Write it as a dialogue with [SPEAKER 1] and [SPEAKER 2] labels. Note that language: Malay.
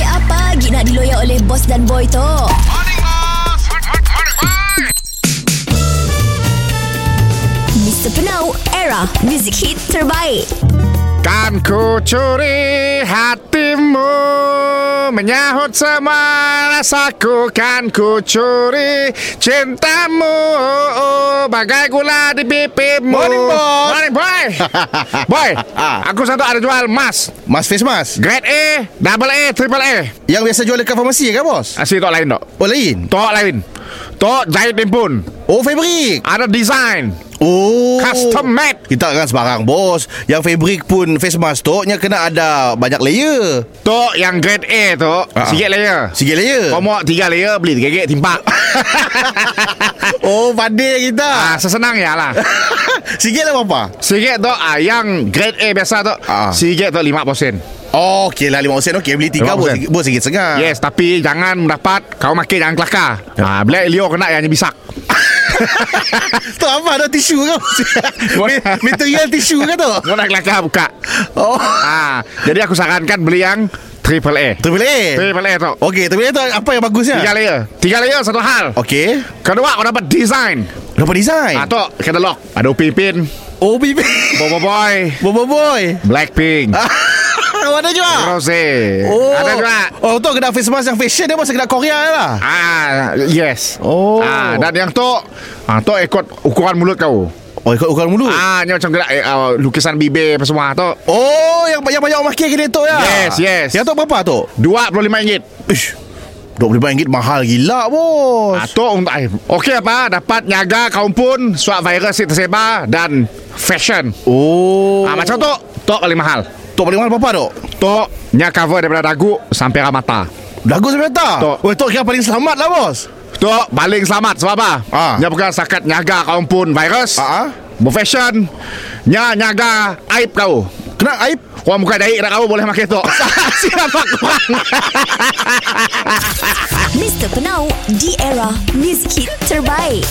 [SPEAKER 1] lagi nak diloyak oleh bos dan boy tu? Mr. Penau, era music hit terbaik.
[SPEAKER 2] Kan ku curi hatimu Menyahut semua rasaku Kan ku curi cintamu oh, oh, Bagai gula di pipimu
[SPEAKER 3] Morning, Ah. boss.
[SPEAKER 2] Morning boy Boy Aku satu ada jual emas
[SPEAKER 3] Mas Face Mas
[SPEAKER 2] Grade A Double A Triple A
[SPEAKER 3] Yang biasa jual dekat farmasi ke bos?
[SPEAKER 2] Asyik tok lain tok
[SPEAKER 3] Oh lain
[SPEAKER 2] Tok lain Tok jahit timpun
[SPEAKER 3] Oh fabric
[SPEAKER 2] Ada design
[SPEAKER 3] Oh
[SPEAKER 2] Custom made
[SPEAKER 3] Kita kan sebarang bos Yang fabric pun face mask tu Nya kena ada banyak layer
[SPEAKER 2] Tok yang grade A tu
[SPEAKER 3] Ah.
[SPEAKER 2] Sikit layer
[SPEAKER 3] Sikit layer
[SPEAKER 2] Komok tiga layer Beli tiga gig timpak
[SPEAKER 3] Oh pandai
[SPEAKER 2] Ah,
[SPEAKER 3] kita
[SPEAKER 2] sesenang ya lah
[SPEAKER 3] Sikit lah berapa?
[SPEAKER 2] Sikit tu ah, Yang grade A biasa tu
[SPEAKER 3] Ah.
[SPEAKER 2] Sikit tu 5% sen.
[SPEAKER 3] Oh okey lah 5 sen Okey beli 3
[SPEAKER 2] Lima
[SPEAKER 3] bos,
[SPEAKER 2] sen.
[SPEAKER 3] sikit- bos sikit sengah
[SPEAKER 2] Yes tapi Jangan mendapat Kau makin jangan kelakar
[SPEAKER 3] Ya.
[SPEAKER 2] ah, Bila Leo kena yang bisak
[SPEAKER 3] Tu apa ada tisu kau Material tisu kau tu
[SPEAKER 2] Kau nak kelakar buka
[SPEAKER 3] Oh
[SPEAKER 2] ah, Jadi aku sarankan Beli yang Triple A
[SPEAKER 3] Terpilih layer
[SPEAKER 2] Triple A tu
[SPEAKER 3] Okey terpilih tu apa yang bagusnya?
[SPEAKER 2] Tiga layer Tiga layer satu hal
[SPEAKER 3] Okey
[SPEAKER 2] Kedua kau dapat design
[SPEAKER 3] Dapat design
[SPEAKER 2] ah, Tu katalog Ada Upipin
[SPEAKER 3] Oh bibi
[SPEAKER 2] Bobo Boy
[SPEAKER 3] Bobo boy
[SPEAKER 2] Blackpink
[SPEAKER 3] Mana juga
[SPEAKER 2] Rose
[SPEAKER 3] Ah. Oh.
[SPEAKER 2] Ada juga
[SPEAKER 3] Oh, tu kedai face mask yang fashion dia masa kedai Korea lah.
[SPEAKER 2] Ah, yes.
[SPEAKER 3] Oh.
[SPEAKER 2] Ah, dan yang tu, ah tu ikut ukuran mulut kau.
[SPEAKER 3] Oh, ikut ukuran mulut.
[SPEAKER 2] Ah, ni macam gerak eh, ah, lukisan bibir apa semua tu.
[SPEAKER 3] Oh, yang yang banyak makin kedai tu ya.
[SPEAKER 2] Yes, yes.
[SPEAKER 3] Yang tu berapa tu?
[SPEAKER 2] RM25.
[SPEAKER 3] Ish. RM25 mahal gila bos.
[SPEAKER 2] Ah, tu untuk ai. Okey apa? Dapat nyaga kaum pun suap virus yang tersebar dan fashion.
[SPEAKER 3] Oh.
[SPEAKER 2] Ah, macam tu, tu paling mahal.
[SPEAKER 3] tu paling mahal berapa tu?
[SPEAKER 2] Tu nya cover daripada dagu sampai ke mata.
[SPEAKER 3] Dagu sebentar.
[SPEAKER 2] Tok.
[SPEAKER 3] Oh, tu kira paling selamat lah bos.
[SPEAKER 2] Tu paling selamat sebab apa?
[SPEAKER 3] Ah.
[SPEAKER 2] Nya bukan sakat nyaga kaum pun virus.
[SPEAKER 3] Ah, ah.
[SPEAKER 2] Berfashion Nya nyaga aib kau
[SPEAKER 3] Kena aib.
[SPEAKER 2] Orang bukan daik nak kau boleh pakai tu Siapa korang
[SPEAKER 1] Mr. Penau, di era music hit terbaik.